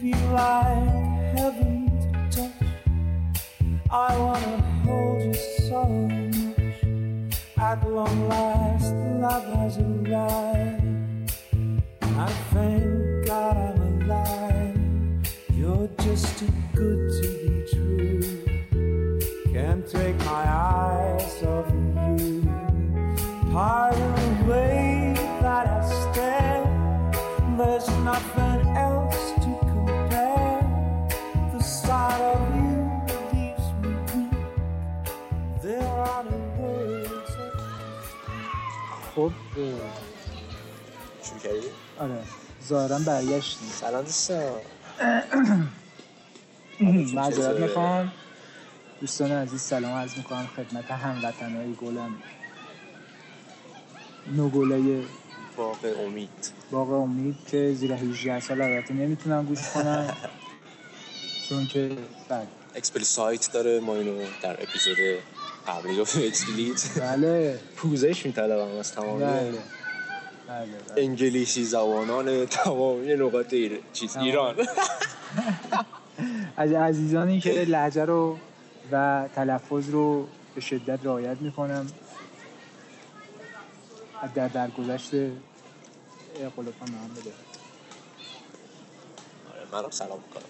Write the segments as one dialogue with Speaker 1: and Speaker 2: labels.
Speaker 1: be like heaven's touch. I wanna hold you so much. At long last, love has arrived. I thank God I'm alive. You're just too good to be true. Can't take my eyes off of you. Part of the way that I stare, there's nothing else to compare. The sight of you leaves me weak. There are no words.
Speaker 2: خب اه،
Speaker 3: شروع کردی؟
Speaker 2: آره ظاهرا برگشتیم
Speaker 3: سلام دوستان
Speaker 2: معذرت
Speaker 3: چطوره؟
Speaker 2: میخوام دوستان عزیز سلام عرض میکنم خدمت هموطنهای گلم نوگلای
Speaker 3: باغ امید
Speaker 2: باغ امید که زیر 18 سال البته نمیتونم گوش کنم چون که بله
Speaker 3: اکسپلی سایت داره ما اینو در اپیزود قبلی گفتیم اکسپلیت
Speaker 2: بله
Speaker 3: پوزش میطلبم از تمام
Speaker 2: بله بله بله.
Speaker 3: انگلیسی زبانان تمامی نقاط ایر- چیز
Speaker 2: تمام.
Speaker 3: ایران
Speaker 2: از عزیزانی که لحجه رو و تلفظ رو به شدت رعایت میکنم در درگذشت اه، قلوپان محمده
Speaker 3: آره، منم سلام میکنم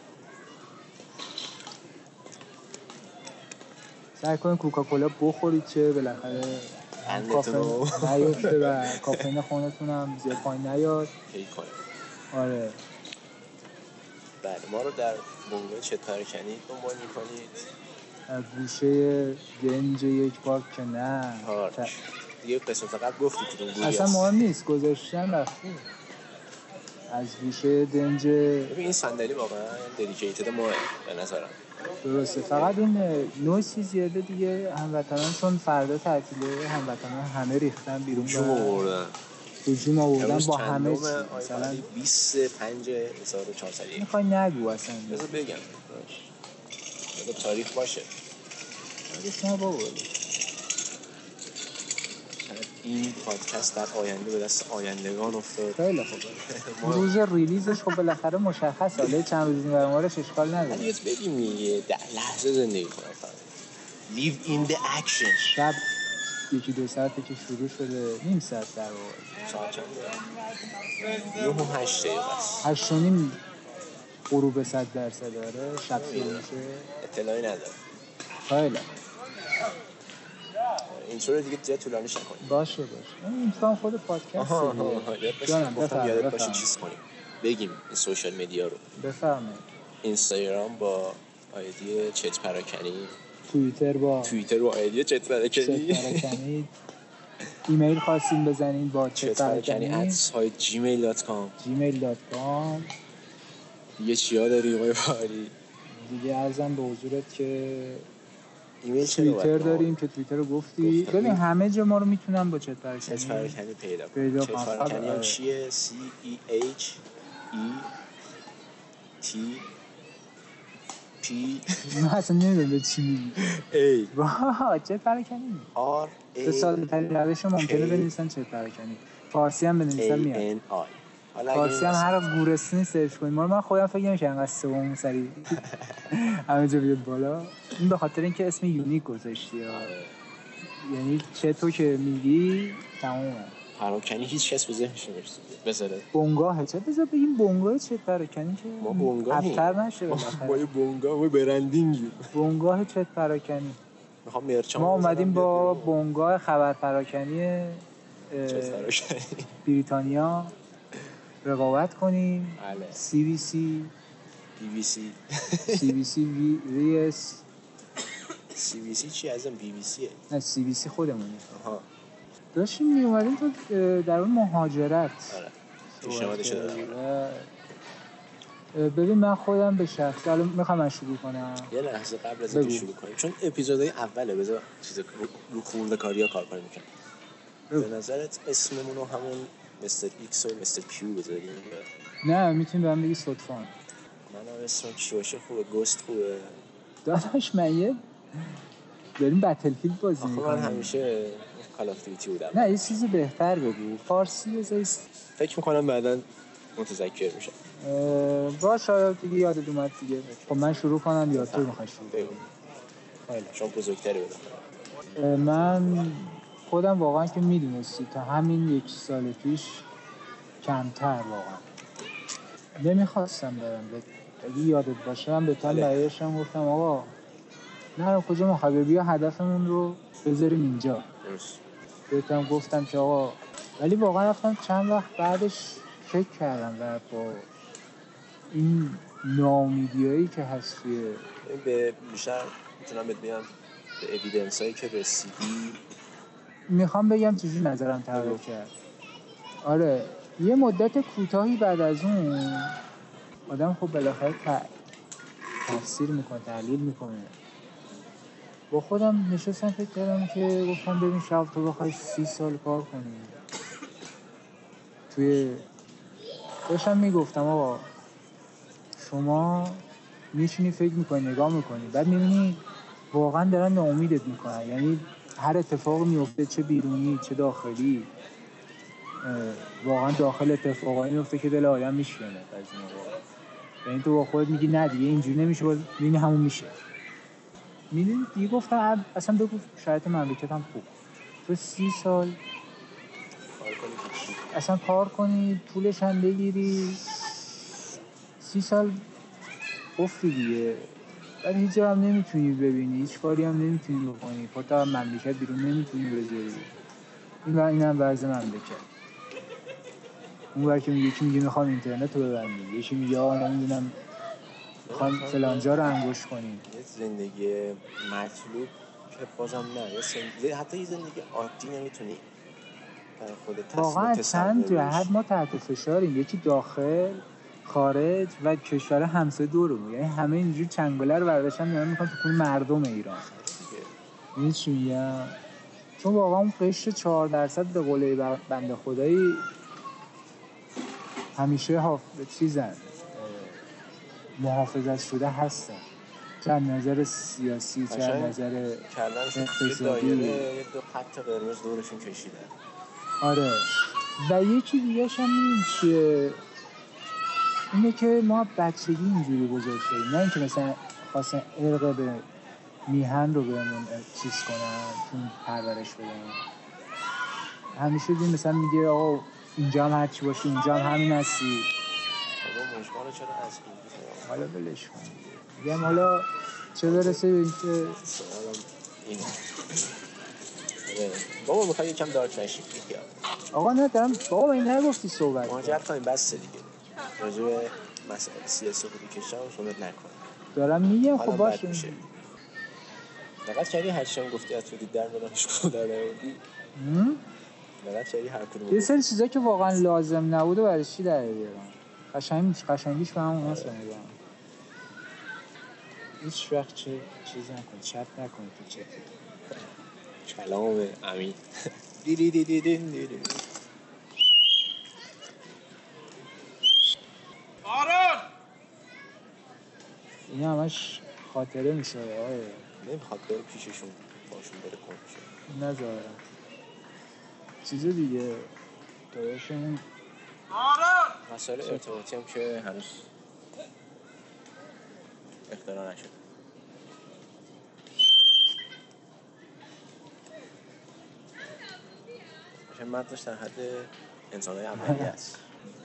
Speaker 2: سعی کنید کوکاکولا بخورید چه بالاخره
Speaker 3: قندتون رو
Speaker 2: کافئین نیفته و کافئین خونتون هم زیر پایین نیاد
Speaker 3: پی کنه
Speaker 2: آره
Speaker 3: بله ما رو در بومه چه پرکنی دنبال میکنید
Speaker 2: در گوشه گنج یک پارک که نه
Speaker 3: پارک دیگه قسمت قبل گفتی کدوم گوری
Speaker 2: بله. اصلا
Speaker 3: هست.
Speaker 2: مهم نیست گذاشتن رفتی از گوشه دنج
Speaker 3: ببین این صندلی واقعا دلیکیتد ما به نظرم
Speaker 2: درسته فقط این نویسی زیاده دیگه هموطنان چون فردا تعطیله هموطنان همه ریختن بیرون
Speaker 3: جون
Speaker 2: و
Speaker 3: آوردن
Speaker 2: هجوم آوردن
Speaker 3: امروز
Speaker 2: با همه چی
Speaker 3: چندم آی
Speaker 2: مثلا
Speaker 3: فعلی 25 1401
Speaker 2: میخوای نگو اصلا
Speaker 3: بذار بگم بذار خب، تاریخ باشه
Speaker 2: بعدش نه بابا
Speaker 3: شاید این پادکست در آینده به دست آیندگان افتاد
Speaker 2: خیلی خوب
Speaker 3: ما
Speaker 2: روز ریلیزش خب بالاخره مشخص حالا چند روز این برای مارش اشکال نداره
Speaker 3: یه بگیم دیگه در لحظه زندگی کنم فقط Live in the action
Speaker 2: شب یکی دو ساعته که شروع شده نیم ساعت در واقع
Speaker 3: ساعت چند یه هم هشت دقیقه است
Speaker 2: هشت و نیم غروب صد درصد داره شب شروع میشه
Speaker 3: اطلاعی ندارم
Speaker 2: خیلی
Speaker 3: اینطور دیگه زیاد طولانی نکنیم
Speaker 2: باشه باشه این امسان خود پادکست
Speaker 3: آها آها آها، یاد باشه.
Speaker 2: جانم،
Speaker 3: گفتم
Speaker 2: بفرم،
Speaker 3: یادت
Speaker 2: بفرم.
Speaker 3: باشه چیز کنیم بگیم این سوشال مدیا رو
Speaker 2: بفرمایید
Speaker 3: اینستاگرام با آیدی چت پراکنی
Speaker 2: توییتر با
Speaker 3: توییتر با آیدی چت پراکنی
Speaker 2: چتبرکنید ایمیل خواستیم بزنید با
Speaker 3: چت پراکنی
Speaker 2: چتبرکنید
Speaker 3: ادس های جیمیل دات کام
Speaker 2: جیمیل دات کام
Speaker 3: یه چیا داری آقای بهاری
Speaker 2: دیگه ارزم به حضورت که
Speaker 3: ایمیل چرا باید
Speaker 2: توییتر
Speaker 3: ما
Speaker 2: داریم که توییتر رو گفتی
Speaker 3: گفتم.
Speaker 2: ببین همه جا ما رو میتونم با
Speaker 3: چت
Speaker 2: چتبرکنید
Speaker 3: پراکنی پیدا کنیم
Speaker 2: پیدا
Speaker 3: چت
Speaker 2: کنم.
Speaker 3: پراکنی هم
Speaker 2: آره.
Speaker 3: چیه C E H E T E P
Speaker 2: من اصلا نمیدونم به چی میگی
Speaker 3: A
Speaker 2: واه چتبرکنید
Speaker 3: R
Speaker 2: به ساده
Speaker 3: A
Speaker 2: ترین روش ممکنه
Speaker 3: K.
Speaker 2: بنویسن چتبرکنید فارسی هم
Speaker 3: A
Speaker 2: بنویسن میاد
Speaker 3: N I حالا اگه
Speaker 2: فارسی هم هر گورستونی سرچ کنید ما رو من خودم فکر نمیشه انقدر سوم سری همه جا بیاد بالا این به خاطر اینکه اسم یونیک گذاشتی ها. یعنی چه تو که میگی تمومه
Speaker 3: پراکنی هیچ کس به ذهنش نمیرسه بذاره
Speaker 2: بنگاه چه بذار بگیم بنگاه چه پراکنی که
Speaker 3: ما بنگاهیم.
Speaker 2: ابتر نشه
Speaker 3: ما
Speaker 2: بالاخره
Speaker 3: یه بونگا ما برندینگی
Speaker 2: بنگاه چه پراکنی
Speaker 3: میخوام مرچم
Speaker 2: ما اومدیم با بنگاه خبر پراکنی اه،
Speaker 3: چت پراکنی
Speaker 2: بریتانیا رقابت کنیم
Speaker 3: بله
Speaker 2: سی بی سی
Speaker 3: بی بی سی
Speaker 2: سی بی سی وی وی اس
Speaker 3: سی بی سی چی ازم بی بی سیه
Speaker 2: نه سی بی سی خودمونی
Speaker 3: آها
Speaker 2: داشتیم می اومدیم تو اه، در اون مهاجرت
Speaker 3: آره پیشنهادش رو دادم.
Speaker 2: اه، ببین من خودم به شخص الان میخوام من شروع کنم
Speaker 3: یه لحظه قبل از اینکه
Speaker 2: بگو.
Speaker 3: شروع کنیم چون اپیزودهای اوله بذار چیز رو, رو خورده کاریا کار کنیم کم
Speaker 2: بگو.
Speaker 3: به نظرت اسممون رو همون مستر ایکس و مستر کیو بذاریم
Speaker 2: نه میتونی به هم بگی صدفان
Speaker 3: من هم اسمم چی باشه خوبه گست خوبه
Speaker 2: داداش من یه داریم بتلفیلد بازی
Speaker 3: آخه من
Speaker 2: میکنیم
Speaker 3: همیشه کال آف دیوتی بودم
Speaker 2: نه یه چیز بهتر بگو فارسی بذاری
Speaker 3: فکر میکنم بعدا متذکر میشم
Speaker 2: اه، باش حالا دیگه یادت اومد دیگه خب من شروع کنم یا تو میخوای شروع کنی؟
Speaker 3: بگو
Speaker 2: خیلی.
Speaker 3: شما بزرگتری بدم
Speaker 2: اه، من خودم واقعا که میدونستی تا همین یک سال پیش کمتر واقعا نمیخواستم برم به- اگه یادت باشم به تن
Speaker 3: بله.
Speaker 2: برگشتم گفتم آقا نه کجا میخوای بیا هدفمون رو بذاریم اینجا
Speaker 3: درست.
Speaker 2: بهتم گفتم که آقا ولی واقعا رفتم چند وقت بعدش فکر کردم و با این نامیدیایی که هست توی
Speaker 3: این به بیشتر میتونم بهت بگم به اویدنس هایی که رسیدی
Speaker 2: میخوام بگم چجوری نظرم تغییر کرد آره یه مدت کوتاهی بعد از اون آدم خب بالاخره ت... تفسیر میکنه تحلیل میکنه با خودم نشستم فکر کردم که گفتم ببین شب تو بخوای سی سال کار کنی توی داشتم میگفتم آقا شما میشینی فکر میکنی نگاه میکنی بعد میبینی واقعا دارن ناامیدت میکنن یعنی هر اتفاق میفته چه بیرونی چه داخلی اه، واقعا داخل اتفاقایی میفته که دل آدم میشکنه بعضی موقع یعنی تو با خودت میگی نه دیگه اینجوری نمیشه باز میبینی همون میشه میدونی دیگه گفتم اب- اصلا بگو شرایط مملکت هم خوب تو سی سال
Speaker 3: کار کنی که چی؟
Speaker 2: اصلا کار کنی پولش هم بگیری سی سال افتی دیگه ولی هیچ جا هم نمیتونی ببینی هیچ کاری هم نمیتونی بکنی خودت هم مملکت بیرون نمیتونی بذاری این و اینم وضع مملکت اون ور که میگه یکی میگه میخوام اینترنت رو ببندی یکی میگه آقا نمیدونم میخوام فلان جا رو انگوش کنی
Speaker 3: یه زندگی مطلوب که بازم نه یه زندگی- حتی یه زندگی عادی نمیتونی برای خودت تصمیم
Speaker 2: واقعا
Speaker 3: تصور
Speaker 2: چند جهت
Speaker 3: بشی.
Speaker 2: ما تحت فشاریم یکی داخل خارج و کشور همسایه دورمون یعنی همه اینجور چنگله رو برداشتن دارن میکنن تو خون مردم ایران
Speaker 3: دیگه.
Speaker 2: می‌دونی چی میگم چون واقعا اون قشر 4 درصد به قول بر- بنده خدایی همیشه حاف... چیزن اه، محافظت شده هستن چه از نظر سیاسی چه از
Speaker 3: قشنگ.
Speaker 2: نظر
Speaker 3: کردنشون یه
Speaker 2: اقتصادی.
Speaker 3: دایره یه دو خط قرمز دورشون کشیدن
Speaker 2: آره و یکی دیگه هم می‌دونی چیه اینه که ما از بچگی اینجوری بزرگ شدیم نه اینکه مثلا خواستن ارق به میهن رو بهمون چیز کنن تو پرورش بدن همیشه دیدیم مثلا میگه آقا اینجا هم هرچی باشی اینجا هم همین هستی
Speaker 3: بابا مجموعه رو چرا از این بیزنم
Speaker 2: حالا ولش کن میگم حالا چه برسه به اینکه
Speaker 3: سوالم اینه آره. بابا میخوای یکم دارک نشیم یکی هم.
Speaker 2: آقا نه دارم بابا این نگفتی صحبت کن.
Speaker 3: مهاجرت کنیم بس دیگه راجع به مسائل سیاسی خودی کشم صحبت نکنیم
Speaker 2: دارم میگم خب
Speaker 3: حالا بد
Speaker 2: باشه
Speaker 3: میشه دقت کردی هرچی هم گفتی از تو دید در بدنش خدا نبودی
Speaker 2: هم؟
Speaker 3: دقت کردی هر کدوم
Speaker 2: یه
Speaker 3: گفت.
Speaker 2: سری چیزا که واقعا لازم نبوده برای چی در بیارم قشنگ قشنگیش به هم اومد به نظرم. هیچ وقت چه چیز نکن چت نکن تو چت
Speaker 3: کلام امین دی دی دی دی دی دی دی.
Speaker 2: این همش خاطره میشه آره
Speaker 3: نمیخواد بره پیششون باشون بره کنشون
Speaker 2: نذارم چیز دیگه داداشمون
Speaker 3: مسائل ارتباطی هم که هنوز اختراع نشد باشه، متنش در حد انسان های اولی است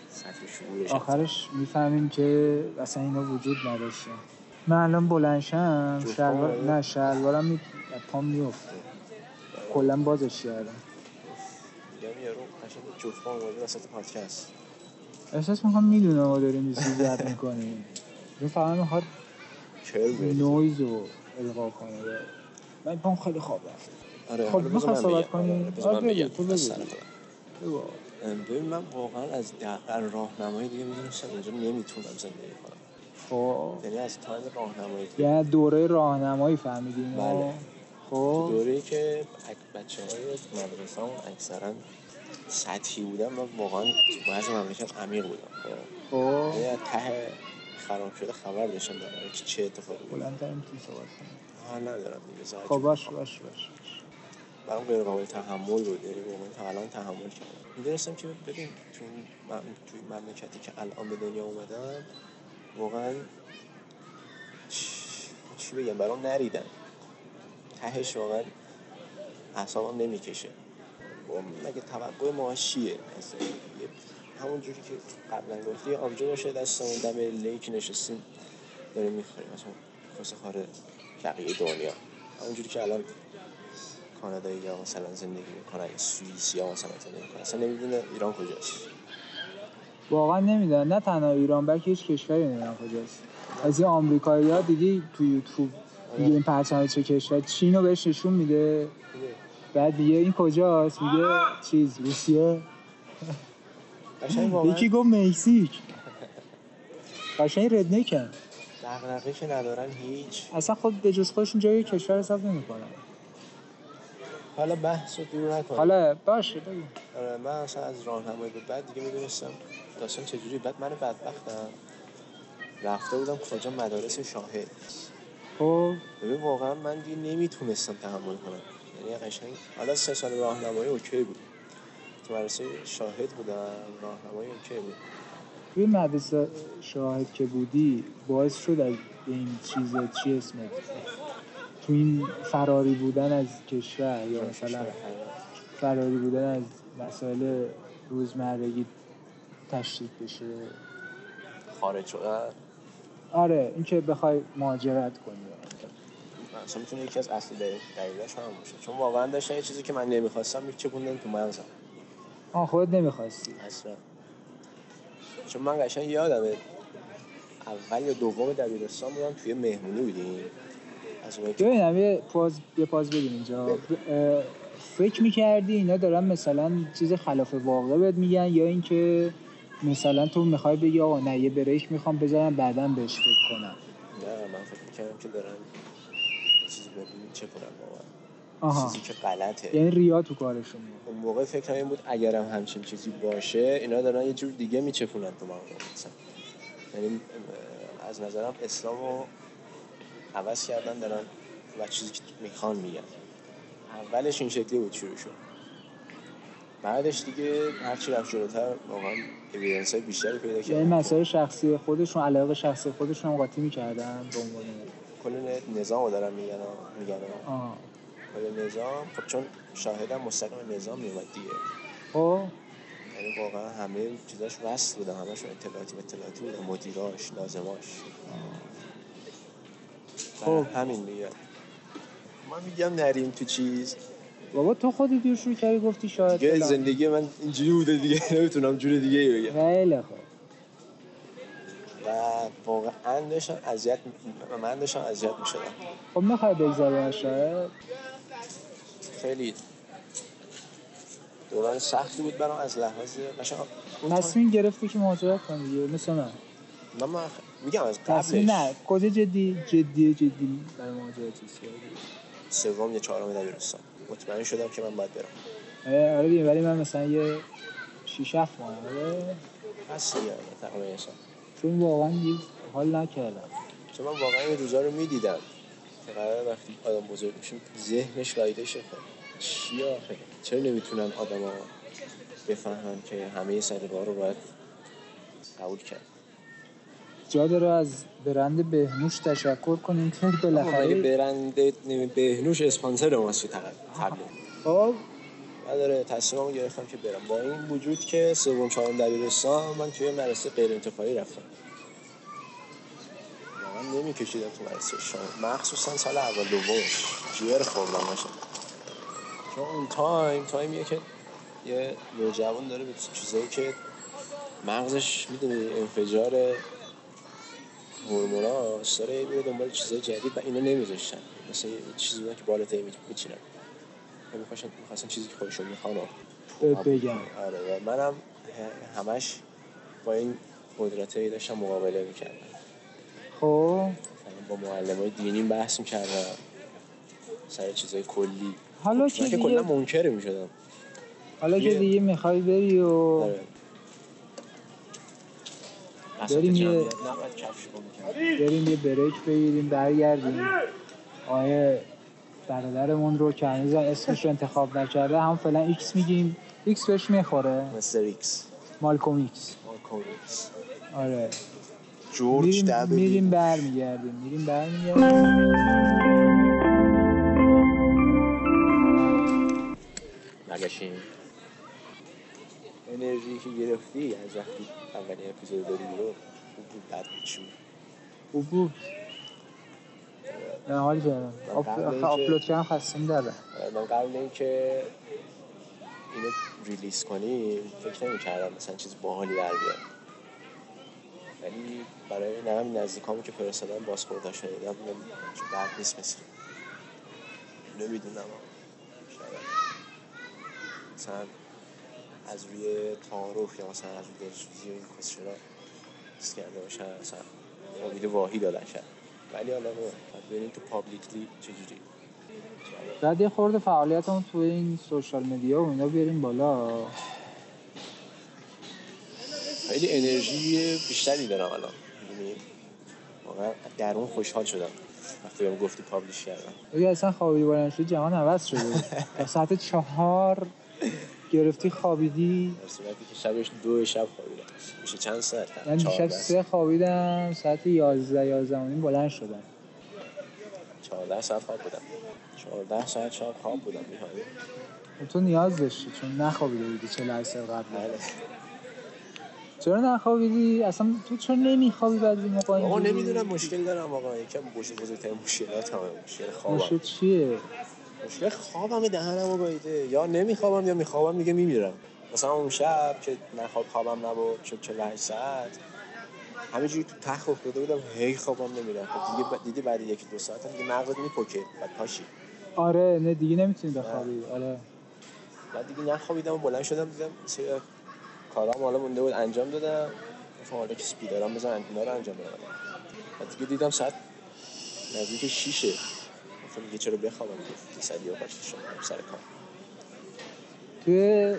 Speaker 3: سطح شعورش
Speaker 2: آخرش میفهمیم که اصلا اینا وجود نداشته من الان بلنشم
Speaker 3: جفتم
Speaker 2: شلوار
Speaker 3: آره.
Speaker 2: نه شلوارم می... پام میفته کلا بازش کردم
Speaker 3: میگم یارو قشنگ جفتان اومده وسط پادکست
Speaker 2: احساس میکنم میدونه ما داریم یه چیزی رد میکنیم این فقط میخواد
Speaker 3: چرا بیاری؟
Speaker 2: نویز رو القا کنه من پام خیلی خواب رفت
Speaker 3: آره
Speaker 2: خب،
Speaker 3: حالا بذار
Speaker 2: می‌خوای
Speaker 3: من
Speaker 2: صحبت
Speaker 3: بگم.
Speaker 2: کنی؟
Speaker 3: آره، بذار
Speaker 2: آره،
Speaker 3: من
Speaker 2: بگو،
Speaker 3: بگم
Speaker 2: تو بگو.
Speaker 3: از سر خودم.
Speaker 2: بگو.
Speaker 3: ام، ببین من واقعا از دقیقا راهنمایی دیگه میدونستم اینجا نمیتونم زندگی کنم
Speaker 2: خب
Speaker 3: یعنی از تایم راهنمایی که
Speaker 2: یعنی دوره راهنمایی فهمیدیم
Speaker 3: بله.
Speaker 2: خب
Speaker 3: دوره ای که بچه های مدرسه همون اکثرا سطحی بودن و واقعا تو بعض مملکت عمیق بودن خب.
Speaker 2: خب
Speaker 3: یعنی از ته خراب شده خبر داشتم در که چه اتفاقی بود
Speaker 2: بلندتر میتونی صحبت کنی
Speaker 3: حال ندارم دیگه زحمت
Speaker 2: خب
Speaker 3: کشیدم.
Speaker 2: باش باش باش
Speaker 3: برام غیر قابل تحمل بود یعنی واقعا تا الان تحمل کردم میدونستم که ببین تو مم... توی مملکتی که الان به دنیا اومدم واقعا چ- چی بگم برام نریدم تهش واقعا اعصابم نمیکشه با مگه توقع ما چیه مثلا یه- همون جوری که قبلا گفتی یه آبجو باشه دستمون دم لیک نشستیم داریم میخوریم مثلا کاسه خاره بقیه دنیا همونجوری که الان کانادایی یا مثلا زندگی میکنن یا سوئیس یا مثلا زندگی میکنن اصلا نمیدونه ایران کجاست
Speaker 2: واقعا نمیدونم نه تنها ایران بلکه هیچ کشوری نمیدونم کجاست از این آمریکایی ها دیدی تو یوتیوب میگه این پرچم چه کشور چین رو بهش نشون میده بعد دیگه این کجاست میگه چیز روسیه
Speaker 3: قشنگ واقعا
Speaker 2: یکی گفت مکزیک قشنگ ردنکن
Speaker 3: دغدغه که ندارن هیچ
Speaker 2: اصلا خود به جز خودشون جای کشور حساب نمیکنن
Speaker 3: حالا بحث رو دور نکن
Speaker 2: حالا باشه بگو
Speaker 3: آره، من اصلا از راهنمایی به بعد دیگه میدونستم داستان چجوری بعد من بدبختم رفته بودم کجا مدارس شاهد
Speaker 2: خب
Speaker 3: ببین واقعا من دیگه نمیتونستم تحمل کنم یعنی قشنگ حالا سه سال راهنمایی اوکی بود تو مدرسه شاهد بودم راهنمایی اوکی بود
Speaker 2: توی مدرسه شاهد که بودی باعث شد از این چیز چی اسمه تو این فراری بودن از کشور یا مثلا فراری بودن از مسائل روزمرگی تشدید بشه
Speaker 3: خارج شدن
Speaker 2: آره اینکه بخوای مهاجرت کنی
Speaker 3: اصلا میتونه یکی از اصلی دلیلاش هم باشه چون واقعا داشتن یه چیزی که من نمیخواستم میچپوندن تو مغزم
Speaker 2: آن خود نمیخواستی
Speaker 3: اصلا چون من قشنگ یادمه اول یا دوم دبیرستان بودم توی مهمونی بودیم از اونایی که
Speaker 2: ببینم یه پاز یه پاز بدیم اینجا ب- اه، فکر میکردی اینا دارن مثلا چیز خلاف واقع بهت میگن یا اینکه مثلا تو میخوای بگی آقا نه یه بریک میخوام بذارم بعدا بهش فکر کنم
Speaker 3: نه من فکر میکردم که دارن یه چیزی ببین چه کنم واقعا
Speaker 2: آها
Speaker 3: چیزی که غلطه
Speaker 2: یعنی ریا تو کارشون بود.
Speaker 3: اون موقع فکرم این بود اگرم همچین چیزی باشه اینا دارن یه جور دیگه میچپونن تو مغزم مثلا. یعنی اه، از نظرم اسلام رو عوض کردن دارن و چیزی که میخوان میگن اولش این شکلی بود شروع شد بعدش دیگه هرچی رفت جلوتر واقعا اویدنس های بیشتری پیدا
Speaker 2: یعنی
Speaker 3: کردن
Speaker 2: مسائل شخصی خودشون علاقه شخصی خودشون هم قاطی میکردن به عنوان
Speaker 3: کل نظام رو دارن میگن ها- میگن ها.
Speaker 2: آها
Speaker 3: کل نظام خب چون شاهدم مستقیم نظام میومد دیگه
Speaker 2: خب
Speaker 3: یعنی واقعا همه چیزاش وصل بودن همشون اطلاعاتی به اطلاعاتی بودن مدیراش لازماش خب
Speaker 2: خب.
Speaker 3: همین میگم من میگم نریم تو چیز
Speaker 2: بابا تو خودت دیر شروع کردی گفتی شاید
Speaker 3: دیگه
Speaker 2: فلان.
Speaker 3: زندگی من اینجوری بوده دیگه نمیتونم جور دیگه ای بگم
Speaker 2: خیلی خب
Speaker 3: و واقعا داشتم اذیت می- من داشتم اذیت میشدم
Speaker 2: خب میخوای بگذارم شاید
Speaker 3: خیلی دوران سختی بود برام از لحاظ قشنگ اون تایم-
Speaker 2: تصمیم گرفتی که مهاجرت کنی دیگه مثل من
Speaker 3: نه، من خ- میگم از
Speaker 2: تصمیم
Speaker 3: قبلش
Speaker 2: نه کجا جدی جدی جدی برای مهاجرت چیز کردی؟
Speaker 3: سوم یا چهارم دبیرستان مطمئن شدم که من باید برم
Speaker 2: آره آره دیگه، ولی من مثلا یه شیش هفت ماه آره
Speaker 3: هست دیگه تقریبا یه سال.
Speaker 2: چون واقعا یه حال نکردم
Speaker 3: چون من واقعا این روزا رو میدیدم که قرار وقتی آدم بزرگ میشه ذهنش رایده شده چی آخه چرا نمیتونن آدما بفهمن که همه سلیقه‌ها رو باید قبول کرد
Speaker 2: جا داره از برند بهنوش تشکر کنیم که
Speaker 3: مگه
Speaker 2: بالاخره
Speaker 3: برند نمی- بهنوش اسپانسر ماست تو تبلیغ
Speaker 2: خب
Speaker 3: من داره تصمیممو گرفتم که برم با این وجود که سوم چهارم دبیرستان من توی مدرسه غیر انتفاعی رفتم من نمیکشیدم تو مدرسه شام مخصوصا سال اول دومش جیر خوردم باشم چون اون تایم تایمیه که یه نوجوان داره به چیزایی که مغزش میدونی انفجار هورمونا داره میره دنبال چیزای جدید و اینا نمیذاشتن مثل یه چیزی بودن که بالاتایی میچینن میخواستن میخواستن چیزی که خودشون میخوان رو
Speaker 2: بهت بگم
Speaker 3: آره و منم همش با این قدرت داشتم مقابله میکردم
Speaker 2: خب
Speaker 3: مثلا با معلم های دینی بحث میکردم سر چیزای کلی
Speaker 2: حالا
Speaker 3: من
Speaker 2: که
Speaker 3: که کلا
Speaker 2: دیگه
Speaker 3: منکر میشدم
Speaker 2: حالا که
Speaker 3: یه-
Speaker 2: دیگه میخوای بری و
Speaker 3: آره اصلا
Speaker 2: بریم یه-
Speaker 3: جمعیت نباید کفش رو میکرد
Speaker 2: بریم یه بریک بگیریم برگردیم آیه برادرمون رو که هنوز اسمش رو انتخاب نکرده هم فعلا ایکس میگیم ایکس بهش میخوره
Speaker 3: مستر ایکس
Speaker 2: مالکوم ایکس
Speaker 3: مالکوم ایکس
Speaker 2: آره
Speaker 3: جورج
Speaker 2: میریم
Speaker 3: دبلیو
Speaker 2: میریم برمیگردیم میریم برمیگردیم
Speaker 3: برگشتیم. انرژی که گرفتی از وقتی اولین اپیزود داری بیرون خوب بود بد بود چی بود؟
Speaker 2: خوب بود نه حال کردم آف-
Speaker 3: قبل
Speaker 2: آخه
Speaker 3: اینکه-
Speaker 2: آپلود کردم خستم داره
Speaker 3: من قبل اینکه اینو ریلیز کنیم فکر نمی کردم مثلا چیز باحالی در بیاد ولی برای نه همین نزدیکامو که فرستادم باز خورده شنیدم دیدم چه بد نیست مثل نمیدونم شاید مثلا از روی تعارف یا مثلا از روی دلسوزی و این کسچرا چیز کرده باشن مثلا امید واهی دادن شد ولی حالا باید بریم تو پابلیکلی چجوری
Speaker 2: بعد یه خورده فعالیتمون تو این سوشال مدیا و اینا بیاریم بالا
Speaker 3: خیلی انرژی بیشتری دارم الان می‌دونی؟ واقعا در اون خوشحال شدم وقتی بهم گفتی پابلیش کردم
Speaker 2: اگه اصلا خوابیدی بلند شد جهان عوض شده بود. تا ساعت چهار گرفتی خوابیدی
Speaker 3: در صورتی که شبش دو شب خوابیدم میشه چند ساعت
Speaker 2: من
Speaker 3: چهار
Speaker 2: دیشب
Speaker 3: دست
Speaker 2: سه خوابیدم ساعت یازده یازده و نیم بلند شدم
Speaker 3: چهارده ساعت خواب بودم چهارده ساعت شب خواب بودم می‌خوابیدم.
Speaker 2: تو نیاز داشتی چون نخوابیده بودی چه لحظه قبل
Speaker 3: بله
Speaker 2: چرا نخوابیدی اصلا تو چرا نمیخوابی بعد این موقع
Speaker 3: آقا
Speaker 2: اینجوری؟
Speaker 3: نمیدونم مشکل دارم واقعا یکم بوش بزرگترین مشکلات همه مشکل
Speaker 2: مشکل
Speaker 3: خوابم
Speaker 2: چیه
Speaker 3: مشکل خوابم دهنمو گاییده یا نمیخوابم یا میخوابم دیگه میمیرم مثلا اون شب که نخواب خوابم نبود شد 48 ساعت همینجوری تو تخت افتاده بودم هی خوابم نمیرم خب دیگه ب- دیدی بعد یکی دو ساعت هم دیگه مغزت میپکه بعد پاشی
Speaker 2: آره نه دیگه نمیتونی بخوابی آره
Speaker 3: بعد دیگه نخوابیدم و بلند شدم دیدم سری کارام حالا مونده بود انجام دادم گفتم حالا که سپید دارم بزن اینا رو انجام بدم بعد دیگه دیدم ساعت نزدیک شیشه گفتم دیگه چرا بخوابم گفت سر یا پاشی شما سر کار
Speaker 2: توی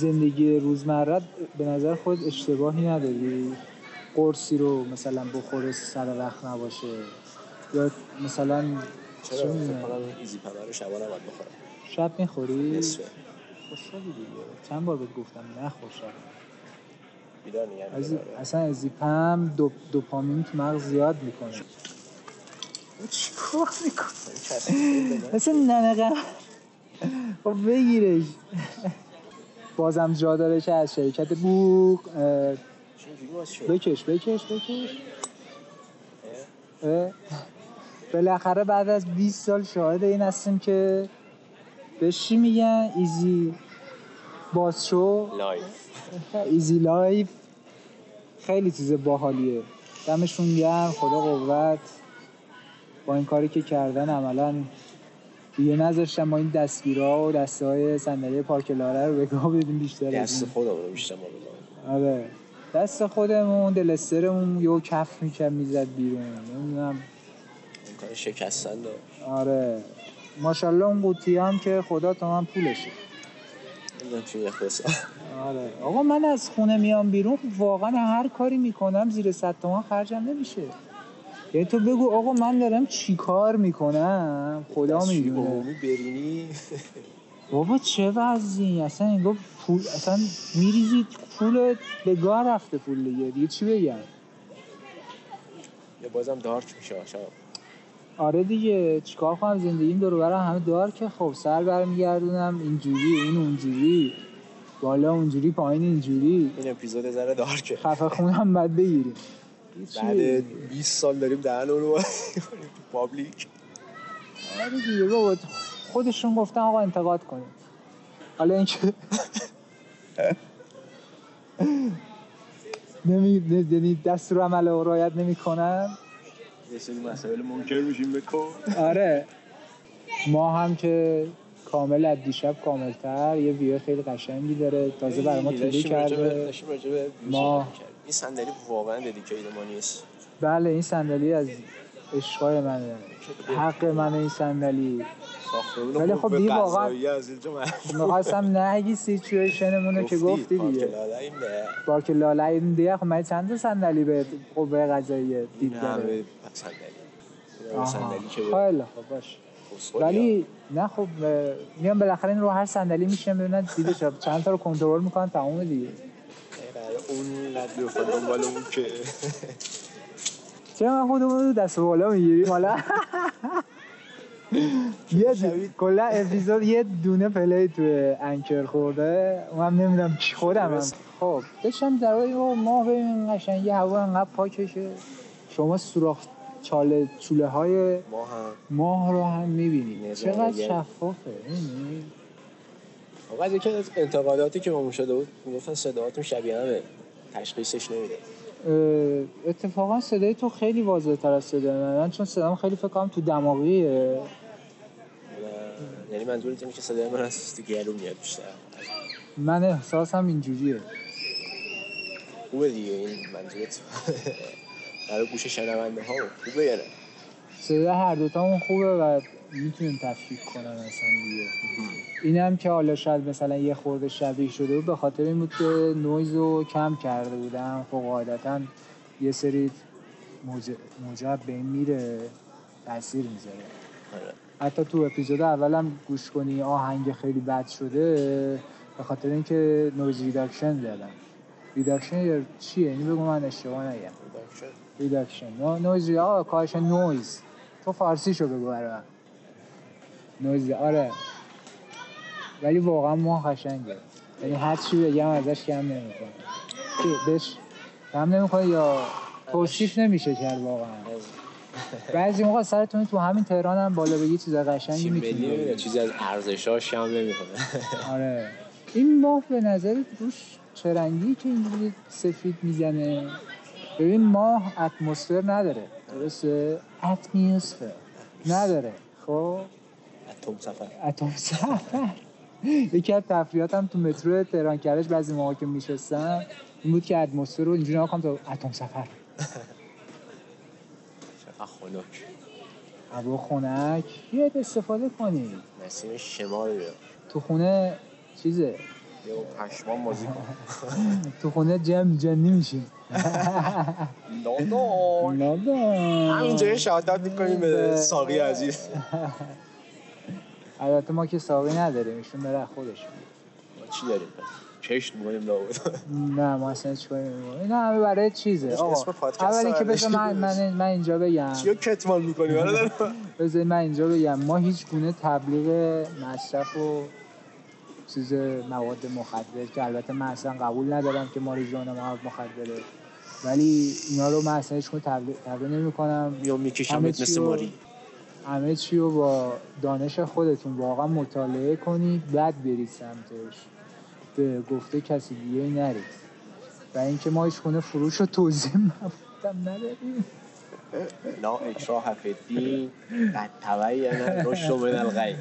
Speaker 2: زندگی روزمرت به نظر خود اشتباهی نداری قرصی رو مثلا بخوره سر وقت نباشه یا مثلا
Speaker 3: چرا
Speaker 2: چه
Speaker 3: فکر
Speaker 2: می‌دونم،
Speaker 3: کنم این ایزی پمر رو شبا نباید بخورم
Speaker 2: شب میخوری
Speaker 3: نصفه
Speaker 2: خوشحالی دیگه چند بار بهت گفتم نخور شب
Speaker 3: بیدار نگه
Speaker 2: از
Speaker 3: می‌داره.
Speaker 2: اصلا از زیپم دو... دوپامین تو مغز زیاد میکنه چیکار میکنه
Speaker 3: این کسی که به من-
Speaker 2: مثل ننقه خب بگیرش بازم جا داره که از شرکت بوق اه،
Speaker 3: چه اینجوری باز شد؟
Speaker 2: بکش بکش بکش
Speaker 3: اه؟
Speaker 2: اه. بالاخره بعد از 20 سال شاهد این هستیم که بهش چی میگن ایزی بازشو
Speaker 3: لایف
Speaker 2: ایزی لایف خیلی چیز باحالیه دمشون گرم خدا قوت با این کاری که کردن عملا دیگه نذاشتن ما این دستگیرها و دسته های صندلی پارک لاره رو بگاه بدیم بیشتر از
Speaker 3: دست
Speaker 2: این.
Speaker 3: خودم رو بیشتر ما بگم
Speaker 2: آره دست خودمون دلسترمون یو کف میکرد میزد بیرون نمیدونم
Speaker 3: این کار شکستن داشت
Speaker 2: آره ماشاءالله اون قوطی هم که خدا تا من پولشه
Speaker 3: نمیدونم توی اقتصاد
Speaker 2: آره آقا من از خونه میام بیرون واقعا هر کاری میکنم زیر صد تومن خرجم نمیشه یعنی تو بگو آقا من دارم چی کار میکنم خدا
Speaker 3: دستشویی
Speaker 2: میدونه
Speaker 3: عمومی برینی
Speaker 2: بابا چه وضعی اصلا انگار پول اصلا میریزید پول به گاه رفته پول دیگه دیگه چی بگم
Speaker 3: یا بازم دارک میشه شب
Speaker 2: آره دیگه چیکار کنم زندگیم دور و برم همه دار که خب سر برمیگردونم اینجوری این اونجوری بالا اونجوری پایین اینجوری
Speaker 3: این اپیزود ذره دارکه
Speaker 2: خفه خونم باید بگیریم هیچی
Speaker 3: بعد
Speaker 2: بگیریم.
Speaker 3: 20 سال داریم دهن رو باز می‌کنیم تو پابلیک
Speaker 2: آره دیگه بابا خودشون گفتن آقا انتقاد کنیم حالا اینکه نمی نه- یعنی دستور عمل رو رعایت نمیکنن
Speaker 3: یه سری مسائل منکر بشیم به کار
Speaker 2: آره ما هم که کامل از دیشب کاملتر یه ویو خیلی قشنگی داره تازه برای ما تولید کرده ما-
Speaker 3: ما این صندلی واقعا ددیکیت ما نیست
Speaker 2: بله این صندلی از عشقای منه حق من این صندلی
Speaker 3: ساختمون
Speaker 2: ولی خب
Speaker 3: قوه
Speaker 2: دیگه واقعا-
Speaker 3: قضاییه از اینجا من
Speaker 2: میخواستم نهگی سیچویشنمونو که گفتی
Speaker 3: پارک
Speaker 2: دیگه
Speaker 3: لاله این ده.
Speaker 2: با که لاله این دیگه خب من چند تا صندلی به قوه قضاییه
Speaker 3: این
Speaker 2: دید داره
Speaker 3: همه صندلی این همه
Speaker 2: آها.
Speaker 3: صندلی که به
Speaker 2: خیلی خب باش
Speaker 3: کسخلی
Speaker 2: ولی نه خب اه، میان بالاخره این رو هر صندلی میشن ببینن دیده شد چند تا رو کنترل میکنن تمام دیگه
Speaker 3: قرار اون قد بیفتن دنبال اون که
Speaker 2: چرا من خودمون رو دست بالا میگیریم حالا یه دو- کلا اپیزود یه دونه پلی تو انکر خورده من نمیدونم چی خودم هم. خب داشتم در واقع آقا ما ببینیم قشنگ یه هوا انقدر پاکشه شما سوراخ چاله چوله های
Speaker 3: ما هم
Speaker 2: ماه رو هم میبینی یعنی.
Speaker 3: نظام
Speaker 2: چقدر
Speaker 3: یه-
Speaker 2: شفافه می‌بینی؟
Speaker 3: آقا از یکی از انتقاداتی که ما شده بود میگفتن صداهاتون شبیه همه تشخیصش نمیده
Speaker 2: اه، اتفاقا صدای تو خیلی واضح تر از صدای من من چون صدام خیلی فکر کنم تو دماغیه
Speaker 3: نه، یعنی منظورت اینه که صدای من از تو گلو میاد بیشتر
Speaker 2: من احساسم اینجوریه
Speaker 3: خوبه دیگه این منظورت برای گوش شنونده ها خوبه یا نه
Speaker 2: صدای هر دوتامون خوبه و میتونیم تفکیک کنم اصلا دیگه اینم که حالا شاید مثلا یه خورده شبیه شده بود به خاطر این بود که نویز رو کم کرده بودم خب عادتا یه سری موج- موجب به این میره تاثیر میذاره
Speaker 3: آره.
Speaker 2: حتی تو اپیزود اولم گوش کنی آهنگ خیلی بد شده به خاطر اینکه نویز ریداکشن زدم ریداکشن یا چیه اینو بگو من اشتباه نگم ریداکشن نو نویز آه کاهش نویز تو فارسی شو بگو برای من نویز آره ولی واقعا ما قشنگه یعنی هر چی بگم ازش کم نمیکنه بهش کم نمیکنه یا توصیف نمیشه کرد واقعا
Speaker 3: از
Speaker 2: بعضی موقع سرتون تو همین تهران هم بالا بگی چیز قشنگی
Speaker 3: تیم ملی نمیده
Speaker 2: میتونید
Speaker 3: چیزی از ارزشاش هم نمیکنه
Speaker 2: آره این ماه به نظر روش چرنگی که اینجوری سفید میزنه ببین ماه اتمسفر نداره درسته اتمیسفر نداره خب
Speaker 3: اتم سفر
Speaker 2: اتم سفر یکی از تفریحاتم تو مترو تهران کرج بعضی موقع که میشستم این بود که اتمسفر رو اینجوری نگاه کنم تا اتم سفر
Speaker 3: چقدر خنک
Speaker 2: هوا خنک بیاید استفاده کنید
Speaker 3: نسیم شمال بیا
Speaker 2: تو خونه چیزه
Speaker 3: بیا با پشمان بازی کن
Speaker 2: تو خونه جم جنی میشیم
Speaker 3: نادان همینجا یه شهادت میکنیم به ساقی عزیز
Speaker 2: البته ما که ساقی نداریم ایشون داره از خودش می‌ده.
Speaker 3: ما چی داریم پس چشت میکنیم لابد
Speaker 2: نه ما اصلا چی این همه برای چیزه
Speaker 3: اسم
Speaker 2: آقا
Speaker 3: پادکست آره.
Speaker 2: اولی که
Speaker 3: ساقی
Speaker 2: بذار من,
Speaker 3: نیست.
Speaker 2: من, من اینجا بگم
Speaker 3: چی رو کتمان میکنیم
Speaker 2: بذار من اینجا بگم ما هیچ گونه تبلیغ مصرف و چیز مواد مخدر که البته من اصلا قبول ندارم که ماریجوانا مواد مخدره ولی اینا رو من اصلا هیچ گونه تبلیغ, تبلیغ نمی کنم
Speaker 3: میام
Speaker 2: همه
Speaker 3: میکشمت
Speaker 2: چی
Speaker 3: مثل
Speaker 2: رو-
Speaker 3: ماری
Speaker 2: همه چی رو با دانش خودتون واقعا مطالعه کنید بعد برید سمتش به گفته کسی دیگه نرید و اینکه ما هیچ گونه فروش و توضیح مفتم نداریم
Speaker 3: لا اکراه فی الدین قد تبین الرشد من الغی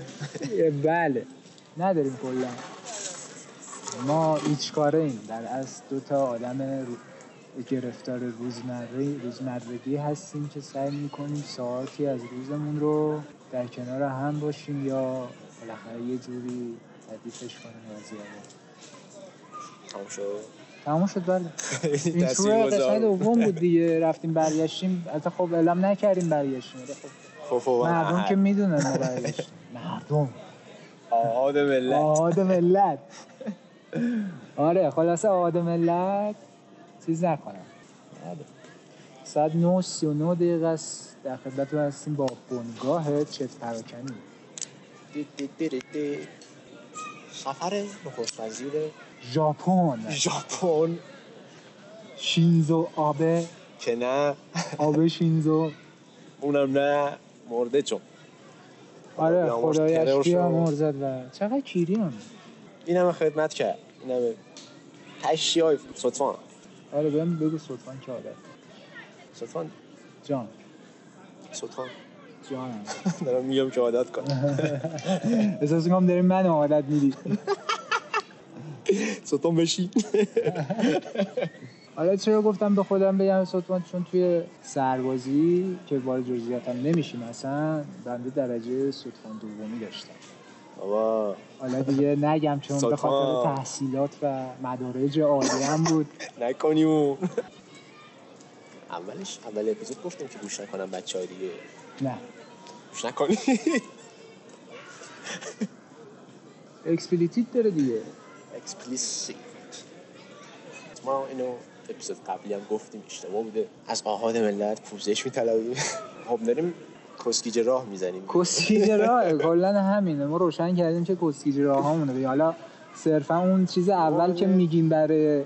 Speaker 2: بله نداریم کلا ما هیچ کاره ایم در از دو تا آدم رو... گرفتار روزمره روزمرگی هستیم که سعی میکنیم ساعتی از روزمون رو در کنار هم باشیم یا بالاخره یه جوری تدیفش کنیم وضعیت رو.
Speaker 3: تمام شد
Speaker 2: تمام شد بله این تور قسمت
Speaker 3: تاثیرگذار
Speaker 2: دوم بود دیگه رفتیم برگشتیم البته خب اعلام نکردیم برگشتیم ولی خب
Speaker 3: فوفو و
Speaker 2: مردم که
Speaker 3: احد
Speaker 2: میدونن ما برگشتیم مردم
Speaker 3: آهاد ملت
Speaker 2: آهاد ملت آره خلاصه آهاد ملت چیز نکنم آره. ساعت 9 39 دقیقه است در خدمتتون هستیم با بنگاه چت پراکنی
Speaker 3: دی- دی- دی- دی- دی. سفر نخست وزیر
Speaker 2: ژاپن
Speaker 3: ژاپن
Speaker 2: شینزو آبه
Speaker 3: که نه
Speaker 2: آبه شینزو
Speaker 3: اونم نه مرده چون
Speaker 2: آره
Speaker 3: بیامرز،
Speaker 2: خدایش
Speaker 3: ترور شو.
Speaker 2: بیامرز زد و چقدر کیریان
Speaker 3: این همه خدمت کرد این همه هشتی های صدفان
Speaker 2: آره بهم بگو سلطان که آره
Speaker 3: صدفان
Speaker 2: جان
Speaker 3: صدفان
Speaker 2: جانم
Speaker 3: دارم میگم که عادت کن
Speaker 2: احساس میکنم داری من عادت میدی
Speaker 3: صدفان بشی
Speaker 2: حالا چرا گفتم به خودم بگم سطوان چون توی سربازی که وارد جزئیاتم نمیشیم اصلا بنده درجه سطوان دومی داشتم
Speaker 3: بابا
Speaker 2: حالا دیگه نگم چون به خاطر
Speaker 3: سطفان.
Speaker 2: تحصیلات و مدارج عالیم بود
Speaker 3: نکنی اون اولش اول اپیزود گفتم که گوش نکنم بچه های دیگه
Speaker 2: نه
Speaker 3: گوش نکنی
Speaker 2: اکسپلیتیت داره دیگه
Speaker 3: explicit ما اینو اپیزود قبلی هم گفتیم اشتباه بوده از آهاد ملت پوزش میطلبیم خب داریم کسکیج راه میزنیم
Speaker 2: کسکیج راه کلا همینه ما روشن کردیم که کسکیج راه همونه دیگه. حالا صرفا اون چیز اول که میگیم برای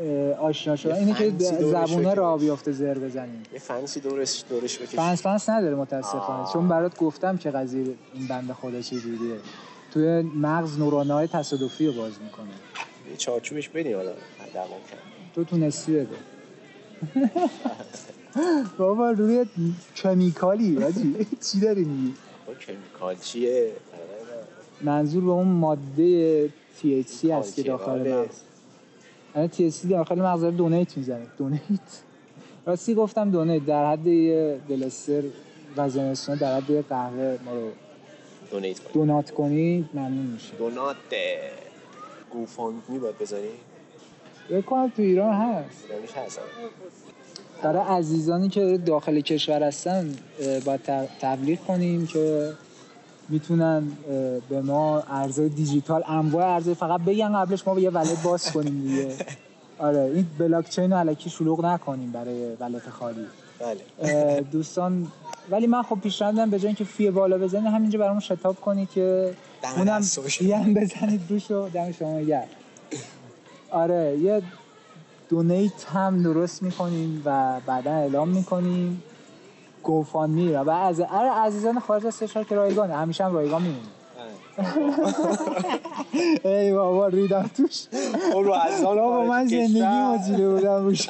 Speaker 2: اه، آشنا شدن
Speaker 3: یه
Speaker 2: اینه که
Speaker 3: فنسی دورش
Speaker 2: زبونه
Speaker 3: بکنیم.
Speaker 2: راه بیافته زر بزنیم
Speaker 3: یه فنسی دورش دورش بکشیم
Speaker 2: فنس فنس نداره متاسفانه
Speaker 3: آه.
Speaker 2: چون برات گفتم که قضیه این بند خدا چه جوریه توی مغز نورانهای تصادفی رو باز میکنه
Speaker 3: یه چارچوبش بدیم حالا حداقل کم.
Speaker 2: تو تونستی بده بابا روی کمیکالی حاجی. چی داری میگی
Speaker 3: با کمیکال خب، چیه برای من.
Speaker 2: منظور به اون ماده THC هست که
Speaker 3: کالچیه،
Speaker 2: داخل
Speaker 3: آره.
Speaker 2: مغز آره، الان THC داخل مغز داره دونیت میزنه دونیت راستی گفتم دونیت در حد یه بلستر وزنستان در حد یه قهوه ما رو
Speaker 3: دونیت کنیم
Speaker 2: دونات کنی ممنون میشه
Speaker 3: دونات گوفاند می باید بزنی
Speaker 2: فکر کنم تو ایران هست
Speaker 3: ایرانیش هستم
Speaker 2: برای عزیزانی که داخل کشور هستن اه، باید ت- تبلیغ کنیم که میتونن اه، به ما ارزهای دیجیتال انواع ارزهای فقط بگن قبلش ما یه ولت باز کنیم دیگه آره این بلاک چین رو الکی شلوغ نکنیم برای ولت خالی
Speaker 3: بله
Speaker 2: اه، دوستان ولی من خب پیشنهاد میدم به جای اینکه فی بالا بزنید همینجا برامون شتاب کنید که
Speaker 3: دم
Speaker 2: اونم
Speaker 3: دستش.
Speaker 2: یه هم بزنید روش و دم شما گرم آره یه دونیت هم درست میکنیم و بعدا اعلام میکنیم گوفاندمی را و از اره عزیزان خارج از کشور که رایگانه همیشه هم رایگان میمونه ای بابا ریدم توش
Speaker 3: اون رو از آن
Speaker 2: بابا من زندگی مجیده بودم روش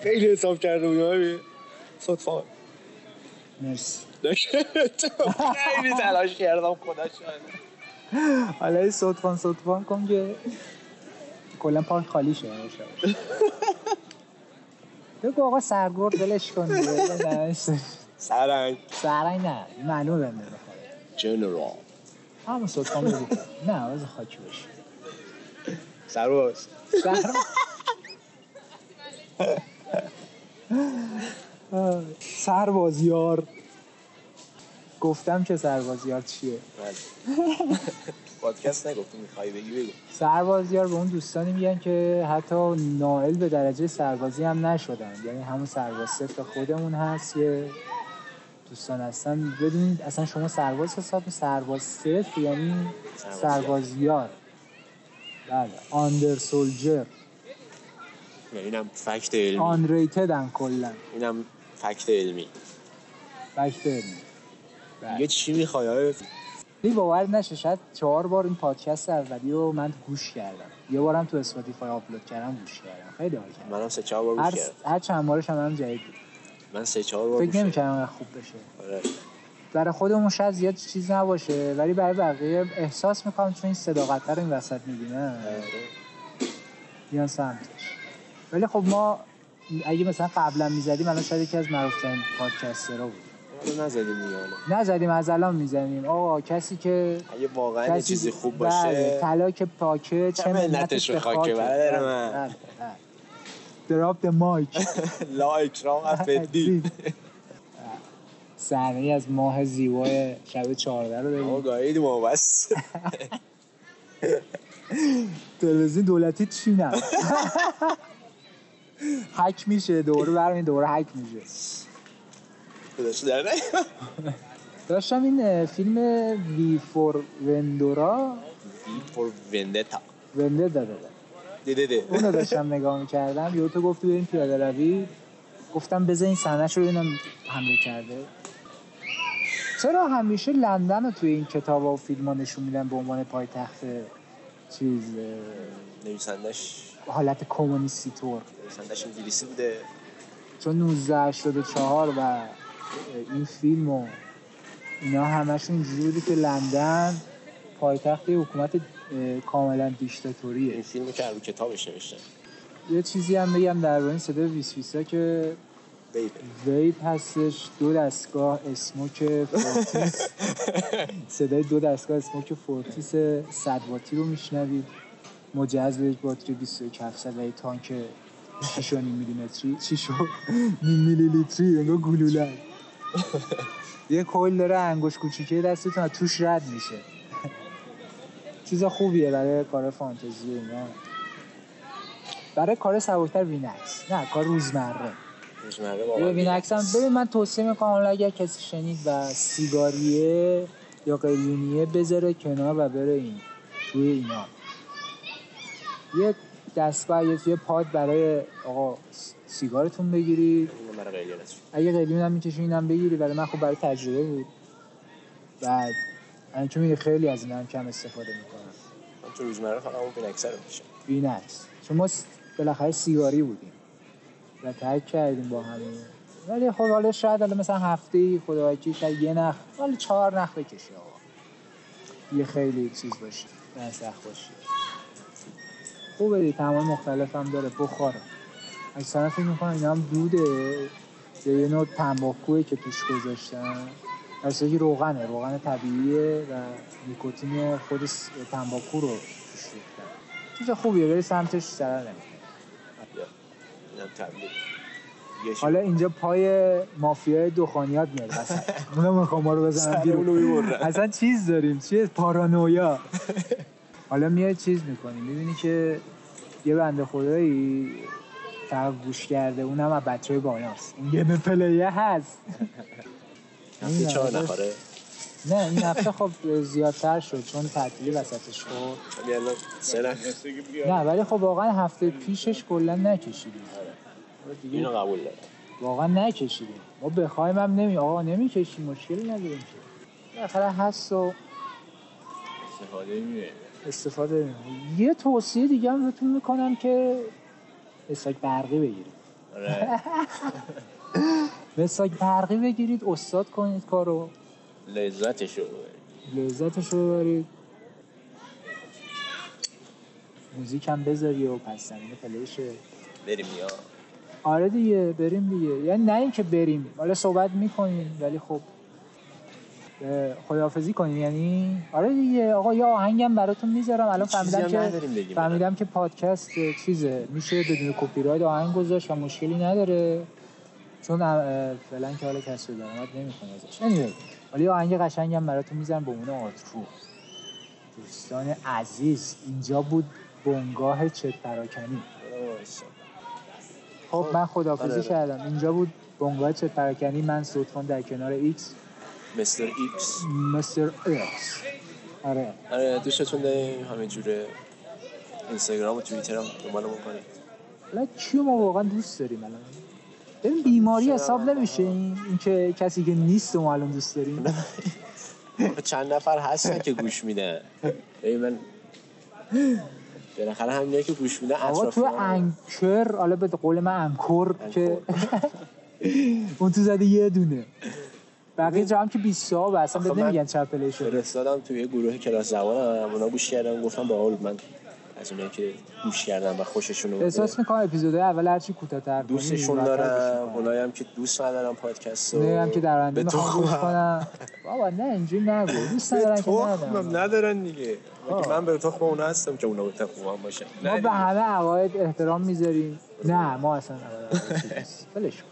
Speaker 3: خیلی حساب کرده بودم صدفان
Speaker 2: مرسی
Speaker 3: خیلی تلاش کردم خدا شد
Speaker 2: حالا این صدفان صدفان کن که کلا پارک خالی شه امشب. بگو آقا سرگرد ولش کن دیگه. بگو نه،
Speaker 3: سرنگ
Speaker 2: سرنگ نه معلومه بنده بخواد
Speaker 3: جنرال
Speaker 2: همون صدفان بگو نه واسه خاکی بشه
Speaker 3: سرباز
Speaker 2: سر- آه، سرباز یار گفتم که سرباز یار چیه
Speaker 3: بله. پادکست نگفتی میخوای بگی بگو
Speaker 2: سربازیار به اون دوستانی میگن که حتی نائل به درجه سربازی هم نشدن یعنی همون سرباز صفر خودمون هست که دوستان هستن بدونید اصلا شما سرباز حساب می- سرباز صفر یعنی
Speaker 3: سربازیار.
Speaker 2: سربازیار بله آندر سولجر
Speaker 3: اینم فکت علمی
Speaker 2: آن ریتد هم کلا
Speaker 3: اینم فکت علمی
Speaker 2: بک بریم.
Speaker 3: دیگه چی میخوای آره
Speaker 2: ولی باور نشه شاید چهار بار این پادکست اولی رو من گوش کردم یه بارم تو اسپاتیفای آپلود کردم گوش کردم خیلی حال کردم
Speaker 3: منم سه چهار بار
Speaker 2: هر,
Speaker 3: گوش کردم
Speaker 2: هر چند بارش هم, هم جدید بود.
Speaker 3: من سه چهار بار گوش
Speaker 2: فکر
Speaker 3: کردم
Speaker 2: نمی‌کردم انقدر خوب بشه
Speaker 3: آره.
Speaker 2: برای خودمون شاید زیاد چیز نباشه ولی برای بقیه احساس میکنم چون این صداقت رو این وسط میبینه
Speaker 3: آره.
Speaker 2: بیان سمتش ولی خب ما اگه مثلا قبلا میزدیم الان شاید یکی از معروفترین پادکسترها بود
Speaker 3: حالا نزدیم دیگه حالا.
Speaker 2: نزدیم از الان میزنیم آقا کسی که
Speaker 3: اگه واقعا یه
Speaker 2: کسی-
Speaker 3: چیزی خوب
Speaker 2: بله
Speaker 3: باشه
Speaker 2: تلاک پاکه
Speaker 3: چه
Speaker 2: چه
Speaker 3: منتش
Speaker 2: منتش
Speaker 3: به
Speaker 2: به
Speaker 3: خاکه،
Speaker 2: خاکه
Speaker 3: برادر
Speaker 2: بله،
Speaker 3: من.
Speaker 2: بله، بله. دراب د مایک
Speaker 3: لایک راحت بدی
Speaker 2: صحنه از ماه زیبای شب 14 رو ببینیم
Speaker 3: ما گاهید ما بس
Speaker 2: تلویزیون دولتی چی نه هک میشه دوره برمین دوره هک میشه
Speaker 3: خودش در نه
Speaker 2: داشتم این اه، فیلم وی فور وندورا
Speaker 3: فور وندتا
Speaker 2: ونده داده بود.
Speaker 3: دیده ده
Speaker 2: اونو داشتم نگاه میکردم یه تو گفت بریم پیاده روی گفتم بذار این صحنه رو ببینم حمله کرده چرا همیشه لندن رو توی این کتاب و فیلم ها نشون میدن به عنوان پایتخت چیز
Speaker 3: نویسندش
Speaker 2: اه، حالت کمونیستی طور
Speaker 3: نویسندش انگلیسی بوده
Speaker 2: چون 1984 و این فیلم و اینا همشون اینجوری بوده که لندن پایتخت یه حکومت اه، کاملا دیکتاتوریه
Speaker 3: این فیلمو که رو کتابش نوشتن
Speaker 2: یه چیزی هم بگم در این صدای ویس ویسا که
Speaker 3: بیبه
Speaker 2: ویپ هستش دو دستگاه اسموک فورتیس صدای دو دستگاه اسموک فورتیس صد واتی رو میشنوید مجهز به یک باتری 27 صد و یک تانک 6 میلیمتری 6 میلی لیتری انگار گلوله یه کل داره انگوش کوچیکه دستتون از توش رد میشه چیز خوبیه برای کار فانتزی و اینا برای کار سبکتر وینکس نه کار روزمره
Speaker 3: روزمره
Speaker 2: روی
Speaker 3: واقعا
Speaker 2: وینکس هم ببین من توصیه میکنم حالا اگر کسی شنید و سیگاریه یا قلیونیه بذاره کنار و بره این روی اینا یه دستگاه یه یه پاد برای آقا س- سیگارتون بگیرید
Speaker 3: اینو برای قلیون است.
Speaker 2: اگه قلیون هم میکشی اینم بگیری برای من خب برای تجربه بود بعد من چون می‌دونی خیلی از این هم کم استفاده میکنم
Speaker 3: من تو روزمره فقط اون وینکس رو میشه
Speaker 2: وینکس چون ما س- بالاخره سیگاری بودیم و ترک کردیم با همین ولی خب حالا شاید حالا مثلا هفته ای خدا وکیل شاید یه نخ حالا چهار نخ بکشی آقا یه خیلی چیز باشه سخت باشه خوبه دی تمام مختلف هم داره بخاره اکثرا فکر میکنم اینا هم دوده یا یه نوع تنباکوه که توش گذاشتن در صورتی که روغنه روغن طبیعیه و نیکوتین خود س- تنباکو رو توش ریختن چیز خوبیه بری سمتش ضرر نمی‌کنه.
Speaker 3: یا اینم تبلیغ یه شی-
Speaker 2: حالا اینجا پای مافیای دخانیات میاد وسط اونا میخوام ما رو بزنن
Speaker 3: سر
Speaker 2: بیرون
Speaker 3: اونو میبرن.
Speaker 2: اصلا چیز داریم چیه پارانویا حالا میاد چیز میکنی میبینی که یه بنده خدایی فقط گوش کرده اونم از بچه های باناست این گیم پلیه هست
Speaker 3: هفته چهار نفره
Speaker 2: نه این هفته خب زیادتر شد چون تعطیلی وسطش خورد
Speaker 3: ولی خب، الان سه نفر
Speaker 2: نه ولی خب واقعا هفته پیشش کلا نکشیدیم دیگه
Speaker 3: اینو قبول دارم
Speaker 2: واقعا نکشیدیم ما بخوایم هم نمی آقا نمیکشیم مشکلی نداریم که بالاخره هست و
Speaker 3: استفاده میره
Speaker 2: استفاده می‌کنیم. یه توصیه دیگه هم بهتون میکنم که مسواک برقی بگیرید
Speaker 3: آره
Speaker 2: مسواک برقی بگیرید استاد کنید کارو
Speaker 3: لذتشو ببره.
Speaker 2: لذتش رو ببرید موزیک هم بذاری و پس زمینه پلیشه
Speaker 3: بریم یا
Speaker 2: آره دیگه بریم دیگه یعنی نه اینکه بریم حالا صحبت میکنیم ولی خب اه، خداحافظی کنیم یعنی آره دیگه آقا یا آهنگم براتون میذارم الان
Speaker 3: هیچ چیزی
Speaker 2: فهمیدم
Speaker 3: هم
Speaker 2: که
Speaker 3: نداریم بگیم.
Speaker 2: فهمیدم که پادکست چیزه میشه بدون کپی رایت آهنگ گذاشت و مشکلی نداره چون اه، فعلا که حالا کسی درآمد نمیکنه ازش anyway, حالا یه آهنگ قشنگم براتون میذارم به عنوان آترو دوستان عزیز اینجا بود بنگاه چه پراکنی خب من خدافزی
Speaker 3: آره، آره.
Speaker 2: کردم اینجا بود بنگاه چه پراکنی من سلطان در کنار ایکس
Speaker 3: مستر ایکس
Speaker 2: مستر ایکس آره
Speaker 3: آره دوستتون داریم همه جوره اینستاگرام و توییتر هم دنبالمون کنید
Speaker 2: حالا کیو ما واقعا دوست داریم الان ببین بیماری حساب نمیشه این اینکه کسی که نیست و ما الان دوست داریم
Speaker 3: چند نفر هستن که گوش میدن ای من بالاخره همینه که گوش میدن
Speaker 2: آقا تو
Speaker 3: اطرافیان
Speaker 2: انکر حالا به قول من انکر که اون تو زده یه دونه بقیه جا هم که 20 ها و اصلا بهت
Speaker 3: آخه من-
Speaker 2: نمیگن چند پلی شده
Speaker 3: فرستادم توی یه گروه کلاس زبان هم اونا گوش کردم گفتم با من از اونایی که گوش کردم و خوششون اومده
Speaker 2: احساس میکنم اپیزود اول هرچی کوتاه‌تر کنی،
Speaker 3: دوستشون
Speaker 2: راحت‌تر گوش
Speaker 3: دارم
Speaker 2: می‌کنی.
Speaker 3: اونایی هم که دوست ندارم پادکست رو
Speaker 2: نه هم که در آینده
Speaker 3: به تو
Speaker 2: میخوام گوش
Speaker 3: خوبم.
Speaker 2: کنم بابا نه اینجوری نگو دوست
Speaker 3: به
Speaker 2: ندارن که
Speaker 3: تو خوبم
Speaker 2: ندارم
Speaker 3: ندارن دیگه مگه من به تو خوب اونا هستم که اونا به تو خوبم باشن
Speaker 2: ما
Speaker 3: نه
Speaker 2: به همه عقاید احترام میذاریم نه ما اصلا عقاید چیز نیست. ولش کن.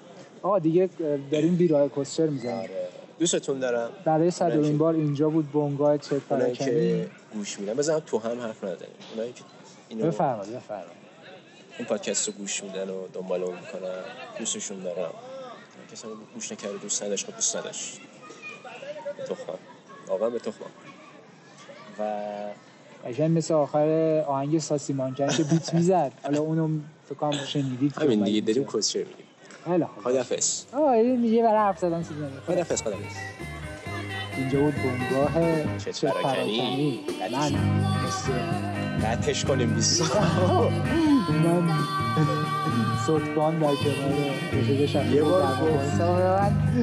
Speaker 2: آقا دیگه اه، داریم بیراه کسچر میزنیم
Speaker 3: آره. دوستتون دارم
Speaker 2: برای صد
Speaker 3: اونایی که-
Speaker 2: بار اینجا بود بنگاه چه
Speaker 3: اونایی که
Speaker 2: پراکنی
Speaker 3: گوش میدن بزنم تو هم حرف نداریم اونایی که اینو
Speaker 2: بفرمایید بفرمایید
Speaker 3: این پادکست رو گوش میدن و دنبال اون میکنن دوستشون دارم کسی رو گوش نکرده دوست نداشت خب دوست نداشت به تخمم واقعا به تخمم و
Speaker 2: قشنگ مثل آخر آهنگ ساسی مانکن که بیت میزد حالا اونو فکر کنم شنیدید که
Speaker 3: همین
Speaker 2: اومد
Speaker 3: دیگه داریم
Speaker 2: اینجا.
Speaker 3: کسچه میگیم
Speaker 2: خیلی خوب
Speaker 3: خدافز
Speaker 2: آقا این یه برای حرف زدن چیز نداره.
Speaker 3: خدافز خدافز
Speaker 2: اینجا بود بنگاه
Speaker 3: چه
Speaker 2: چه
Speaker 3: پراکنی.
Speaker 2: پراکنی من مثل
Speaker 3: قطعش کنیم دوستان
Speaker 2: من سرطان در کنار رژه شخصی
Speaker 3: یه بار
Speaker 2: در
Speaker 3: گفت.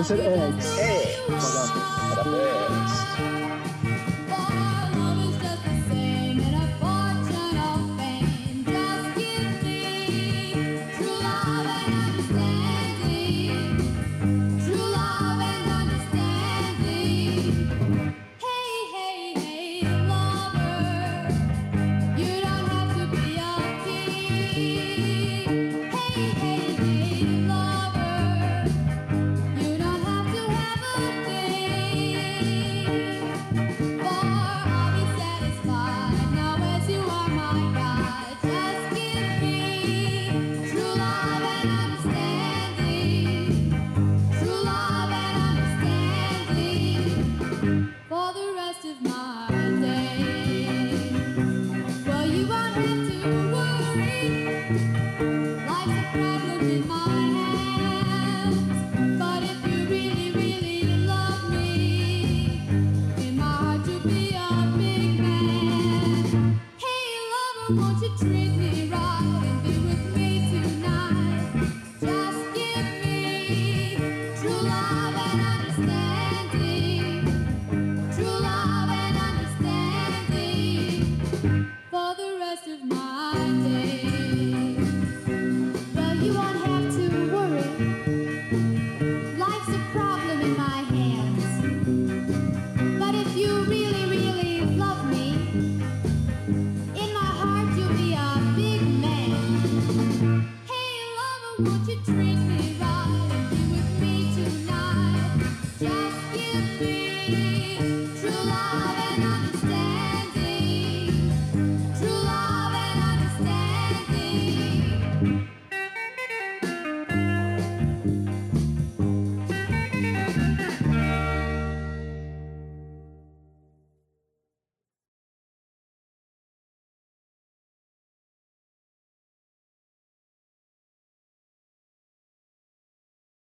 Speaker 2: مثل اکس
Speaker 3: خدافز